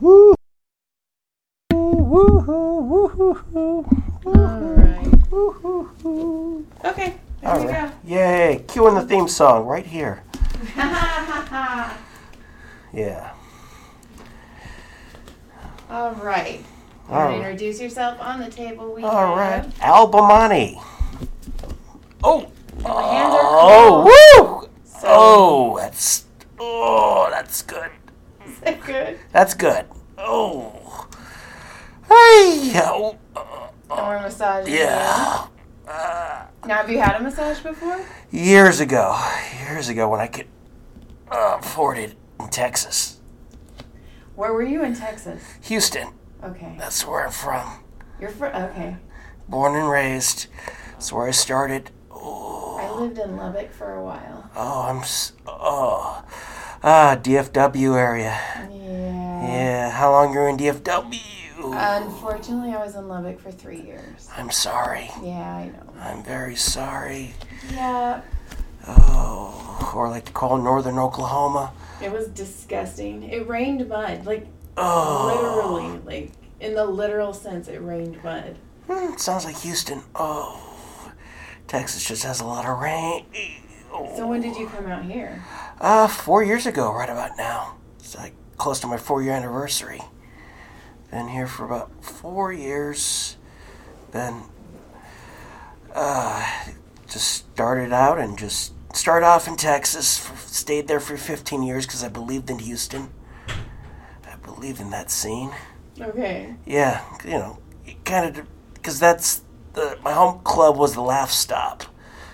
Woo! Woo-hoo, woo-hoo-hoo, Alright. woo-hoo-hoo. Okay, there All we right. Yay! Cue in the theme song right here. go. Yeah. All right. You All wanna right. Introduce yourself on the table. We All right. have Albumani. Oh. My hands are Oh. cold. Woo! Oh, that's. Oh, that's good. Is that good? That's good. Oh. Hey. Oh. And we're massaging. Yeah. Uh, you. Now, have you had a massage before? years ago, years ago, when I could uh, afford it in Texas, Where were you in Texas? Houston. Okay. That's where I'm from. You're from. Okay. Born and raised. That's where I started. I lived in Lubbock for a while. Oh, I'm. s Oh. Ah, DFW area. Yeah. Yeah. How long you were in DFW? Um, Unfortunately, I was in Lubbock for three years. I'm sorry. Yeah, I know. I'm very sorry. Yeah. Oh, or I like to call Northern Oklahoma. It was disgusting. It rained mud. Like, Oh. literally. Like, in the literal sense, it rained mud. Hmm, sounds like Houston. Oh, Texas just has a lot of rain. So, when did you come out here? Uh, four years ago, right about now. It's like close to my four year anniversary. Been here for about four years. Been, uh, just started out and just started off in Texas. f- Stayed there for 15 years because I believed in Houston. I believed in that scene. Okay. Yeah, you know, kind of because that's the my home club was the Laugh Stop,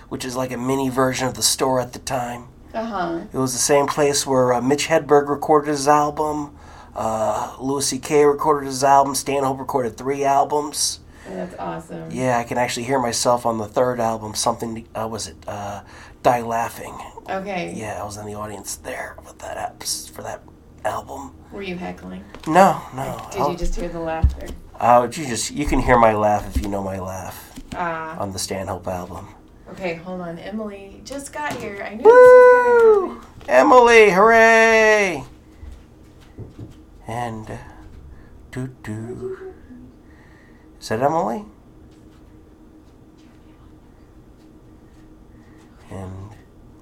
which is like a mini version of the store at the time. Uh huh. It was the same place where uh, Mitch Hedberg recorded his album, uh, Louis C.K. recorded his album, Stanhope recorded three albums. That's awesome. Yeah, I can actually hear myself on the third album. Something uh, was it? Uh, Die Laughing. Okay. Yeah, I was in the audience there with that app for that album. Were you heckling? No, no. Did you just hear the laughter? Oh, you just you can hear my laugh if you know my laugh. Ah. on the Stanhope album. okay, hold on. Emily just got here. I knew this was gonna happen. Emily, hooray! And uh, doo doo. Is that Emily? And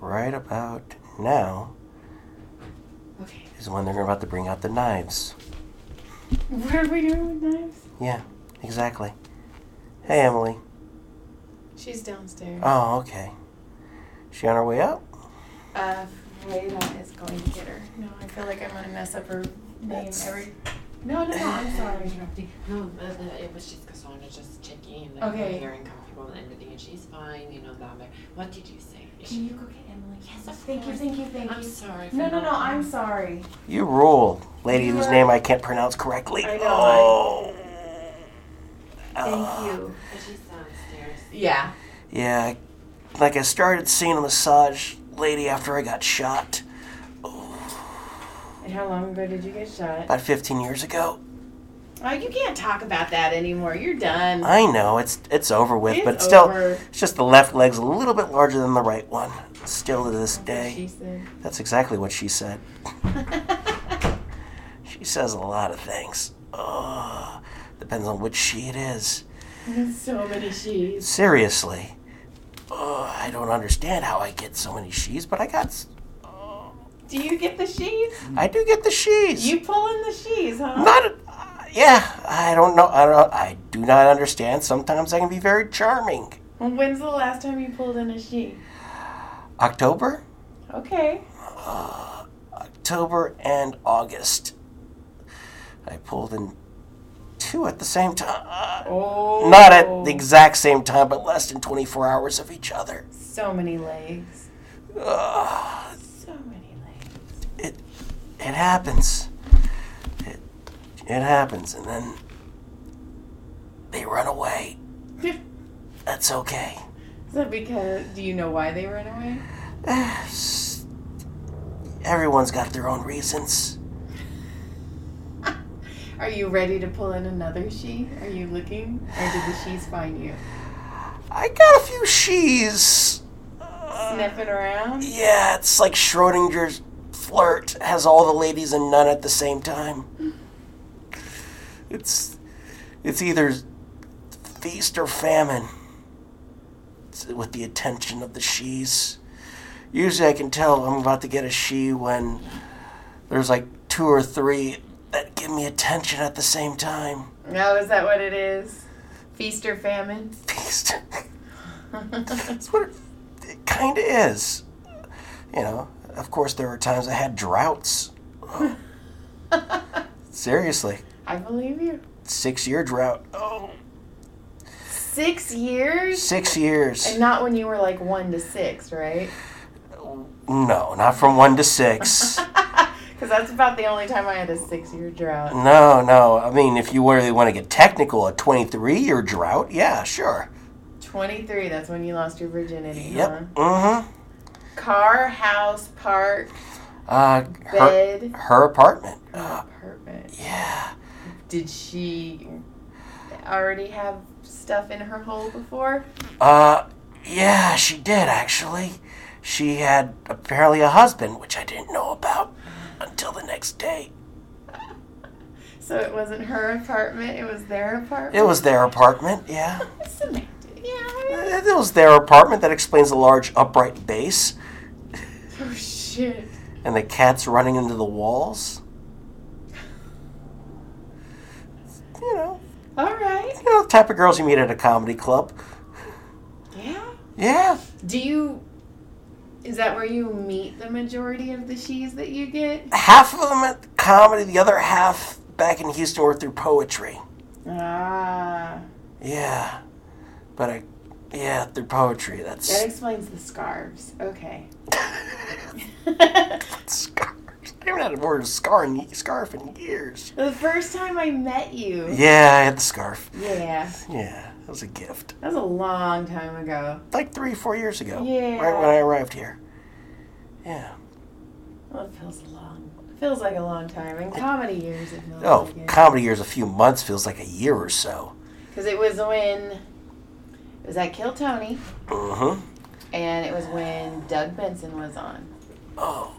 right about now Okay. is when they're about to bring out the knives. What are we doing with knives? Yeah, exactly. Hey, Emily. She's downstairs. Oh, okay. She on her way up? Uh, Freda is going to get her. No, I feel like I'm gonna mess up her name That's- every. No, no, no. I'm sorry. interrupting. No, uh, uh, it was just Cassandra just checking in. Like, Okay. okay. You're uncomfortable and everything, and she's fine, you know, that. But what did you say? Is she- Can you go get Emily? Yes, of Thank you, course. thank you, thank I'm you. sorry. for No, no, no. not- I'm sorry. You rule, lady whose Yeah. name I can't pronounce correctly. I know, I- Oh. Thank Ah. you. But she's downstairs. Yeah. Yeah, I- like I started seeing a massage lady after I got shot And how long ago did you get shot? about 15 years ago. Oh, you can't talk about that anymore. You're done. I know it's it's over with, but It's still, over. it's just the left leg's a little bit larger than the right one. Still to this She day, said. that's exactly what she said. She says a lot of things. Oh, depends on which she it is. so many she's. Seriously. Ugh, I don't understand how I get so many she's, but I got. s- Do you get the she's? I do get the she's. You pull in the she's, huh? Not. a- uh, yeah, I don't know. I don't. I do not understand. Sometimes I can be very charming. Well, When's the last time you pulled in a she? October, Uh, Okay. October, and August. I pulled in two at the same time. Oh. Not at the exact same time, but less than 24 hours of each other. So many legs. Ugh. So many legs. it happens. It, it happens, and then they run away. That's okay. Is that because? Do you know why they ran away? S- Everyone's got their own reasons. Are you ready to pull in another she? Are you looking, or did the she's find you? I got a few she's. Uh, Sniffing around. yeah, it's like Schrodinger's flirt has all the ladies and none at the same time. It's it's either feast or famine. It's with the attention of the she's. Usually I can tell I'm about to get a she when there's like two or three that give me attention at the same time. No, Oh, is that what it is? Feast or famine? Feast. That's what it, it kind of is. You know, of course, there were times I had droughts. I Seriously, believe you. six year drought. Oh, Six years? six years. And not when you were like one to six, right? No, not from one to six. Because that's about the only time I had a six year drought. no, no. I mean, if you really want to get technical, a 23 year drought, yeah, sure. 23, that's when you lost your virginity. Huh? Yep. Mm hmm. Car, house, park, Uh, her, bed, her apartment. Uh, apartment. yeah. Did she already have stuff in her hole before? Uh, yeah, she did, actually. She had apparently a husband, which I didn't know about until the next day. So it wasn't her apartment, it was their apartment? It was their apartment, yeah. Semantic. Yeah. I mean- It was their apartment that explains the large upright base Oh, shit. and the cats running into the walls. You know, All right. you know the type of girls you meet at a comedy club. Yeah. Yeah. Do you. Is that where you meet the majority of the she's that you get? Half of them at comedy, the other half back in Houston were through poetry. Ah. Yeah. But I, yeah, through poetry. That That's explains the scarves. Okay. scars. I haven't had a word of scar in, scarf in years. The first time I met you. Yeah, I had the scarf. Yeah. Yeah, it was a gift. That was a long time ago. Like three, four years ago. Yeah. Right when I arrived here. Yeah. Well, it feels long. It feels like a long time. In comedy years, it feels Oh, like it. comedy years, a few months feels like a year or so. Because it was when. It was at Kill Tony, Mm-hmm. and it was when Doug Benson was on. Oh,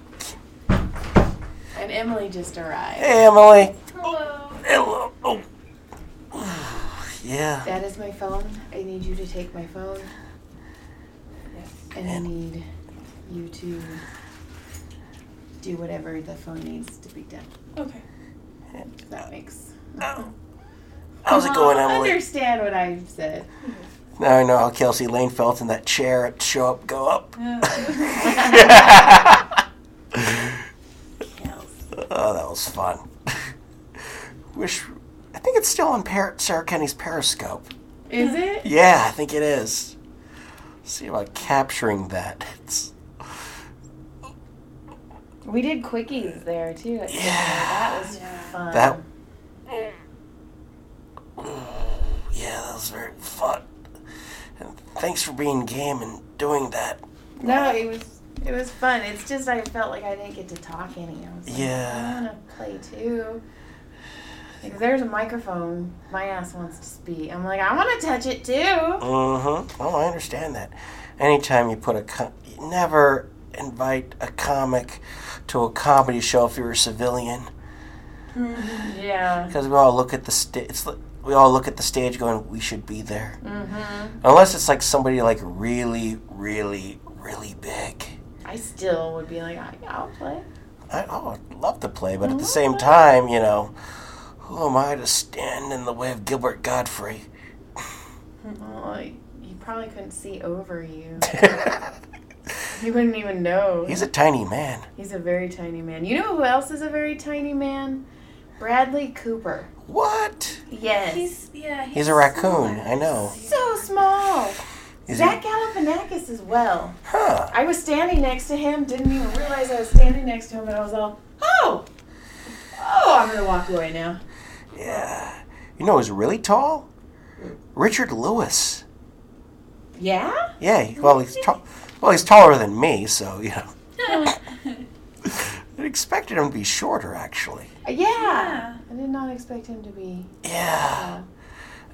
And Emily just arrived. hey, Emily. Hello. Hello. Oh. Yeah. That is my phone. I need you to take my phone. And I need you to do whatever the phone needs to be done. Okay. If that makes. Oh. How's it going, Mom, Emily? Understand what I said. Now I know how Kelsey Lane felt in that chair at Show Up, Go Up. Oh, that was fun. Wish. I think it's still on per- Sarah Kenny's Periscope. Is it? Yeah, I think it is. See about capturing that. It's, We did quickies there too. at dinner. That was fun. that. Yeah, that was very fun. And thanks for being game and doing that. No, it was it was fun. It's just I felt like I didn't get to talk any. I was like, Yeah. I want to play too. If there's a microphone, my ass wants to speak. I'm like, I want to touch it too. Mm-hmm. Oh, I understand that. Anytime you put a com- you never invite a comic to a comedy show if you're a civilian, Yeah. because we all look at the sta- it's li- we all look at the stage going, we should be there. Mm-hmm. Unless it's like somebody like really, really, really big. I still would be like, I- I'll play. I oh, I'd love to play, but at the same time, you know, who am I to stand in the way of Gilbert Godfrey? Well, you probably couldn't see over you. He's You wouldn't even know. a tiny man. He's a very tiny man. You know who else is a very tiny man? Bradley Cooper. What? Yes. He's yeah. He's a raccoon. I know. so small. Is Zach he? Galifianakis as well. Huh. I was standing next to him, didn't even realize I was standing next to him, and I was all, oh, oh, I'm gonna walk away now. Yeah. You know who's really tall? Richard Lewis. Yeah? Yeah. he- Well, he's tall. Well, he's taller than me, so you know. I expected him to be shorter, actually. Uh, Yeah. Yeah. I did not expect him to be. Yeah. Uh,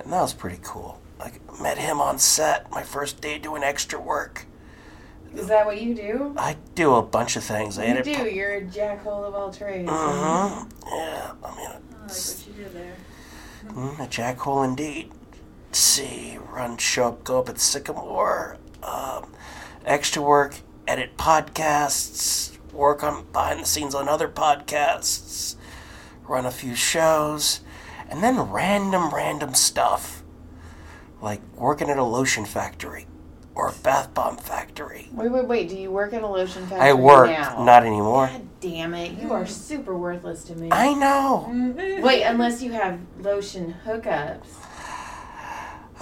And that was pretty cool. I met him on set my first day doing extra work. is that what you do? I do a bunch of things. I You edit. do. Uh-huh. You're a jackhole of all trades. hmm Yeah. I mean, I like what you did there. Mm, a jackhole indeed. See, run, show up, go up at Sycamore. Um, extra work, edit podcasts, work on behind the scenes on other podcasts, run a few shows, and then random, random stuff. Like working at a lotion factory or a bath bomb factory. Wait, wait, wait. Do you work at a lotion factory? I work, now? not anymore. God damn it. You are super worthless to me. I know. Wait, unless you have lotion hookups.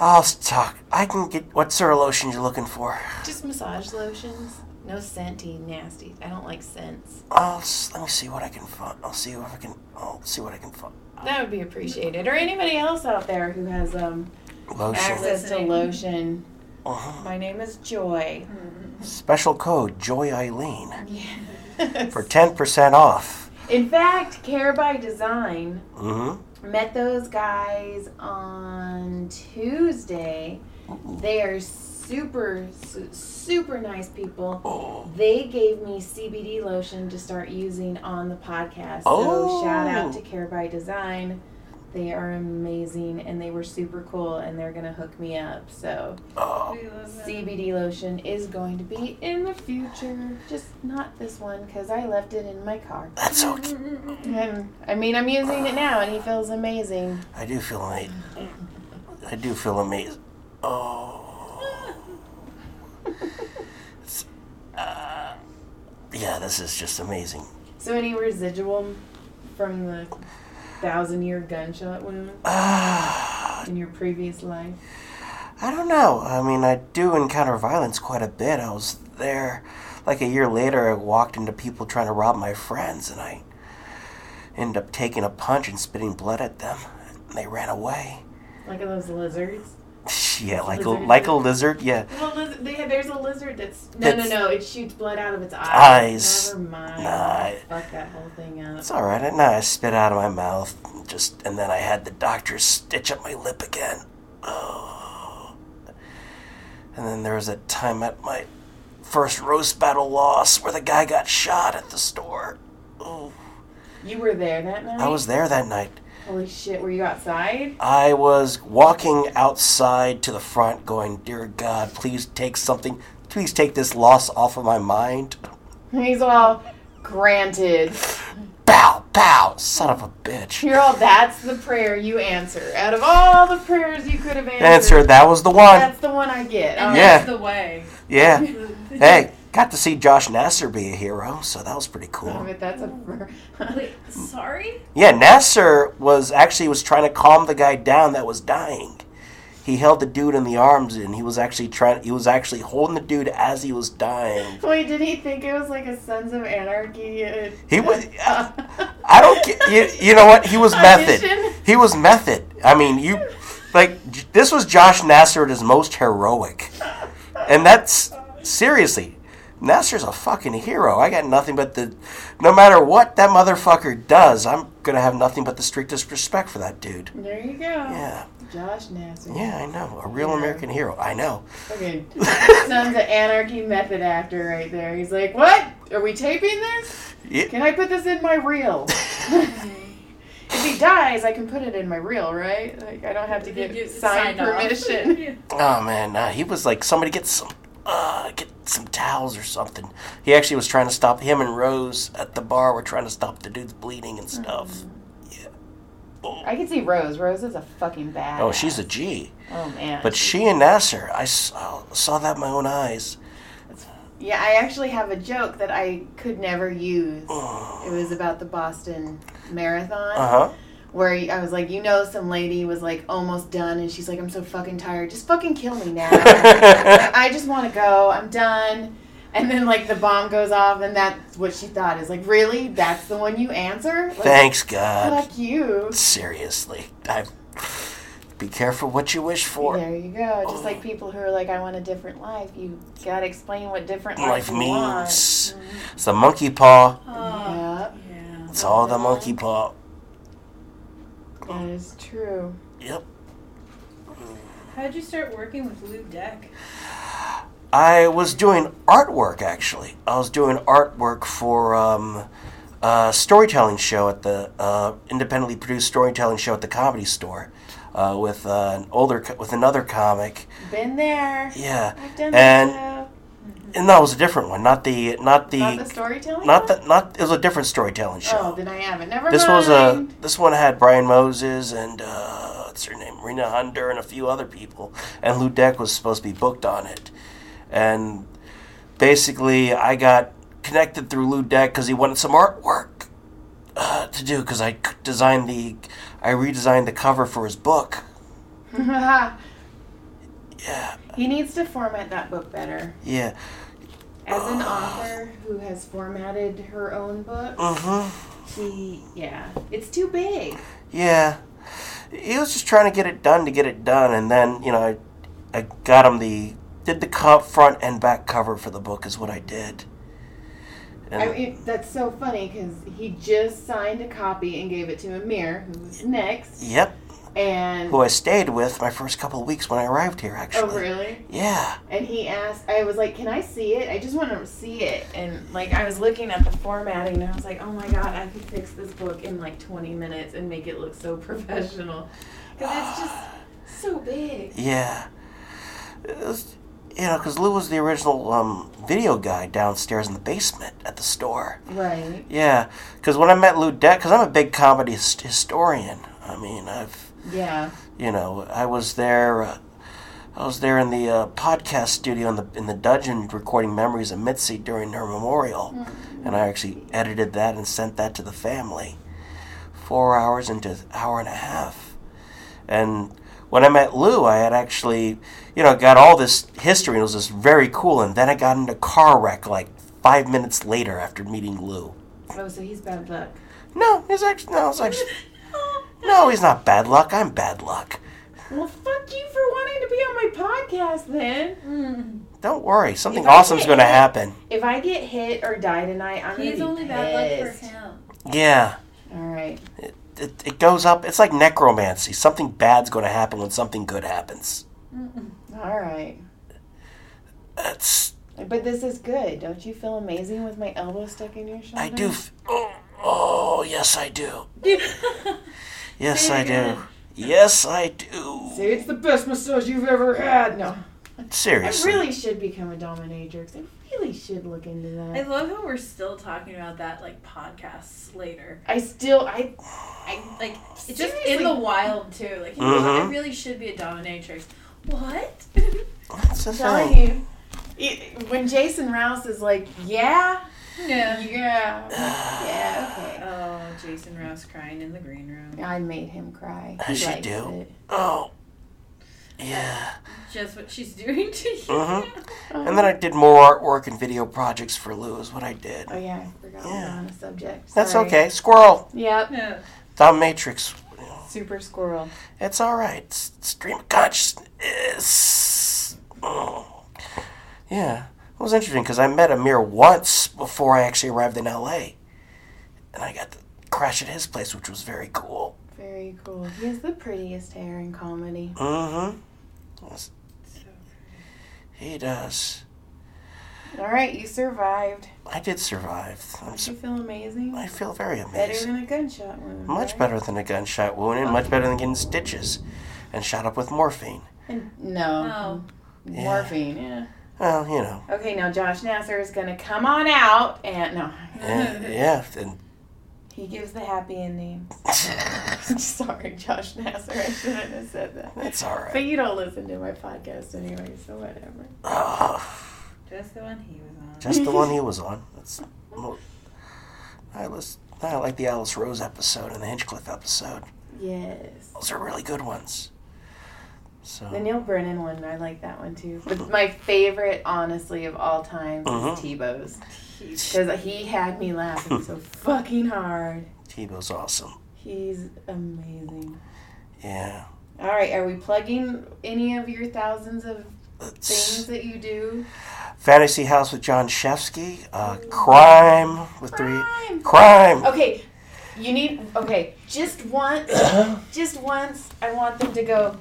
I'll talk. I can get. What sort of lotion you looking for? Just massage lotions. No scenty, nasty. I don't like scents. I'll s- let me see what I can find. I'll see if I can. I'll see what I can find. That would be appreciated. Or anybody else out there who has um, Lotion. access to lotion. Uh-huh. My name is Joy. Special code Joy Eileen Yes. for ten percent off. In fact, Care by Design Mm-hmm. met those guys on Tuesday. They are super, su- super nice people. Oh. They gave me CBD lotion to start using on the podcast. Oh. So shout out to Care by Design. They are amazing and they were super cool and they're gonna hook me up. So oh. CBD lotion is going to be in the future, just not this one because I left it in my car. That's okay. I'm, I mean, I'm using it now and it feels amazing. I do feel amazed. I do feel amazed. Oh. It's- uh, yeah, this is just amazing. So any residual from the thousand year gunshot wound Ah. in your previous life? I don't know. I mean, I do encounter violence quite a bit. I was there, like a year later, I walked into people trying to rob my friends, and I ended up taking a punch and spitting blood at them. And they ran away. Like those lizards. yeah, like a, Lizard. like a lizard. Yeah, Well, liz- they have, there's a lizard that's no, That's- no, no. It shoots blood out of its eyes. Eyes. Never mind. Nah. Fuck that whole thing up. it's all right. I, no, I spit out of my mouth, and just and then I had the doctor stitch up my lip again. Oh. And then there was a time at my first roast battle loss where the guy got shot at the store. Oh. You were there that night. I was there that night. Holy shit! Were you outside? I was walking outside to the front going, Dear God, please take something, please take this loss off of my mind. And He's all. Granted, Bow, bow, son of a bitch. you're all. That's the prayer you answer. Out of all the prayers you could have answered, Answer, that was the one. that's the one I get. Oh, And Yeah. that's the way. Yeah. Hey, got to see Josh Nasser be a hero, so that was pretty Damn cool. it, that's a. Wait, sorry? Yeah, Nasser was actually was trying to calm the guy down that was dying. He held the dude in the arms and he was actually trying he was actually holding the dude as he was dying. Wait, did he think it was like a Sons of Anarchy? uh, He was uh, I don't get you, you know what he was method. Audition? He was method. I mean, you like j- this was Josh Nasser at his most heroic, and that's seriously. Nasser's a fucking hero. I got nothing but the. No matter what that motherfucker does, I'm gonna have nothing but the strictest respect for that dude. There you go. Yeah, Josh Nasser. yeah, I know. A real Yeah. American hero. I know. Fucking Sons of Anarchy method actor right there. He's like, what? Are we taping this? Yeah, Can I put this in my reel? if he dies, I can put it in my reel, right? Like, I don't have to get You signed sign off. permission. Yeah. Oh man, nah, he was like somebody get some uh get some towels or something. He actually was trying to stop him and Rose at the bar were trying to stop the dude's bleeding and stuff. I can see Rose. Rose is a fucking bad. Oh, she's a G. Oh man. But she and Nasser, I saw, saw that in my own eyes. yeah, I actually have a joke that I could never use. Uh It was about the Boston Marathon. huh. where I was like, you know, some lady was like almost done, and she's like, I'm so fucking tired. Just fucking kill me now. Like, I just want to go. I'm done. And then like the bomb goes off, and that's what she thought is like, really? That's the one you answer? Like, Thanks God. Fuck you. Seriously, I be careful what you wish for. There you go. Just Oh. like people who are like, I want a different life. You gotta explain what different Life life, you want. means it's a monkey paw. Oh, Yeah, yeah. It's all the monkey paw. that is true. Yep. How'd you start working with Lou Deck? I was doing artwork actually. I was doing artwork for um, a storytelling show at the uh, independently produced storytelling show at the Comedy Store, uh, with uh, an older co- with another comic. Been there. Yeah, I've done And- that. and that was a different one, not the not the Not the storytelling. not one? the not it was a different storytelling Oh, show. then I haven't. Never this was mind. a this one had Brian Moses and uh, what's her name Rena Hunter and a few other people, and Lou Deck was supposed to be booked on it, and basically I got connected through Lou Deck because he wanted some artwork uh, to do because I c- designed the I redesigned the cover for his book. Yeah, he needs to format that book better. yeah, As an author who has formatted her own book, mm-hmm, she yeah, it's too big. yeah. He was just trying to get it done to get it done, and then you know I I got him the did the co- front and back cover for the book is what I did. And, I mean, that's so funny because he just signed a copy and gave it to Amir, who was next, yep, and who I stayed with my first couple of weeks when I arrived here oh actually. really? Yeah, And he asked, I was like, "Can I see it? I just want to see it." And like I was looking at the formatting and I was like, oh my god, I could fix this book in like 20 minutes and make it look so professional. Because it's just so big. yeah. It was- you know, because Lou was the original um, video guy downstairs in the basement at the store. Right. Yeah, because when I met Lou Deck, because I'm a big comedy hist- historian. I mean, I've Yeah. you know I was there. Uh, I was there in the uh, podcast studio in the in the dungeon recording memories of Mitzi during her memorial, and I actually edited that and sent that to the family. Four hours into hour and a half, and when I met Lou, I had actually you know got all this history and it was just very cool. And then I got into a car wreck like five minutes later after meeting Lou. Oh, so he's bad luck. No, he's actually no, it's actually no, he's not bad luck. I'm bad luck. Well, fuck you for wanting to be on my podcast then. Mm. Don't worry, something If I awesome's get going to hit- happen. If I get hit or die tonight, I'm He's gonna be only bad luck pissed. for him. Yeah, All right. it, it goes up. It's like necromancy. Something bad's going to happen when something good happens. Mm-mm. All right. That's But this is good. Don't you feel amazing with my elbow stuck in your shoulder? I do. F- oh, oh, yes, I do. Yes, Very I do. good. Yes, I do. Say it's the best massage you've ever had. No. I Seriously. really should become a dominatrix. I really should look into I that. love how we're still talking about that like podcasts later. I still I I like it's just in Seriously. the wild too. Like you know what? Mhm. I really should be a dominatrix. What? That's the thing. I'm telling you. it- when Jason Rouse is like, yeah, yeah. yeah, yeah, Oh, Jason Rouse crying in the green room. okay. I made him cry. As He you likes do. it. Oh. Yeah. Just what she's doing to you. Mhm. And then I did more artwork and video projects for Lou, is what I did. Oh yeah, I forgot we Yeah. we're on a subject. That's Sorry. okay. Squirrel. Yep. Yeah. Dominatrix. Super squirrel. It's all right. S- Stream of consciousness. Oh. Yeah, it was interesting because I met Amir once before I actually arrived in L.A. and I got to crash at his place, which was very cool. Very cool. He has the prettiest hair in comedy. Mm-hmm. So, He does. All right, you survived. I did survive. I'm Don't su- you feel amazing? I feel very Better amazed. than a gunshot wound. Much right? better than a gunshot wound, and much better than getting stitches, and shot up with morphine. No. oh, Yeah. Morphine. Yeah. Well, you know, Okay, now Josh Nasser is gonna come on out, and no, yeah, yeah. And he gives the happy ending. Sorry, Josh Nasser. I shouldn't have said that. it's all right. But you don't listen to my podcast anyway, so whatever. Oh. just the one he was on. Just the one he was on. That's mo- I was I like the Alice Rose episode and the Hinchcliffe episode. Yes. Those are really good ones. So The Neil Brennan one, I like that one too. But my favorite, honestly, of all time Mhm. is Tebow's. Because he had me laughing so fucking hard. Tebow's awesome. He's amazing. Yeah. All right, are we plugging any of your thousands of things It's that you do? Fantasy House with John Shefsky. Uh, crime with three Crime. Crime. Okay, you need. Okay, just once, just once, I want them to go.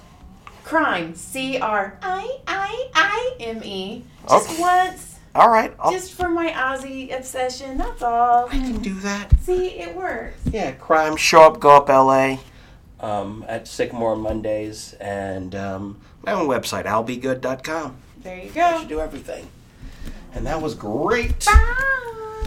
Crime. C R I I I M E. Just Okay. once. All right. I'll, Just for my Aussie obsession. That's all. I can do that. See, it works. Yeah. Crime. Show up. Go up. L.A. um, at Sycamore Mondays and um, my own website, I'llBeGood.com. There you I go. should do everything. And that was great. Bye.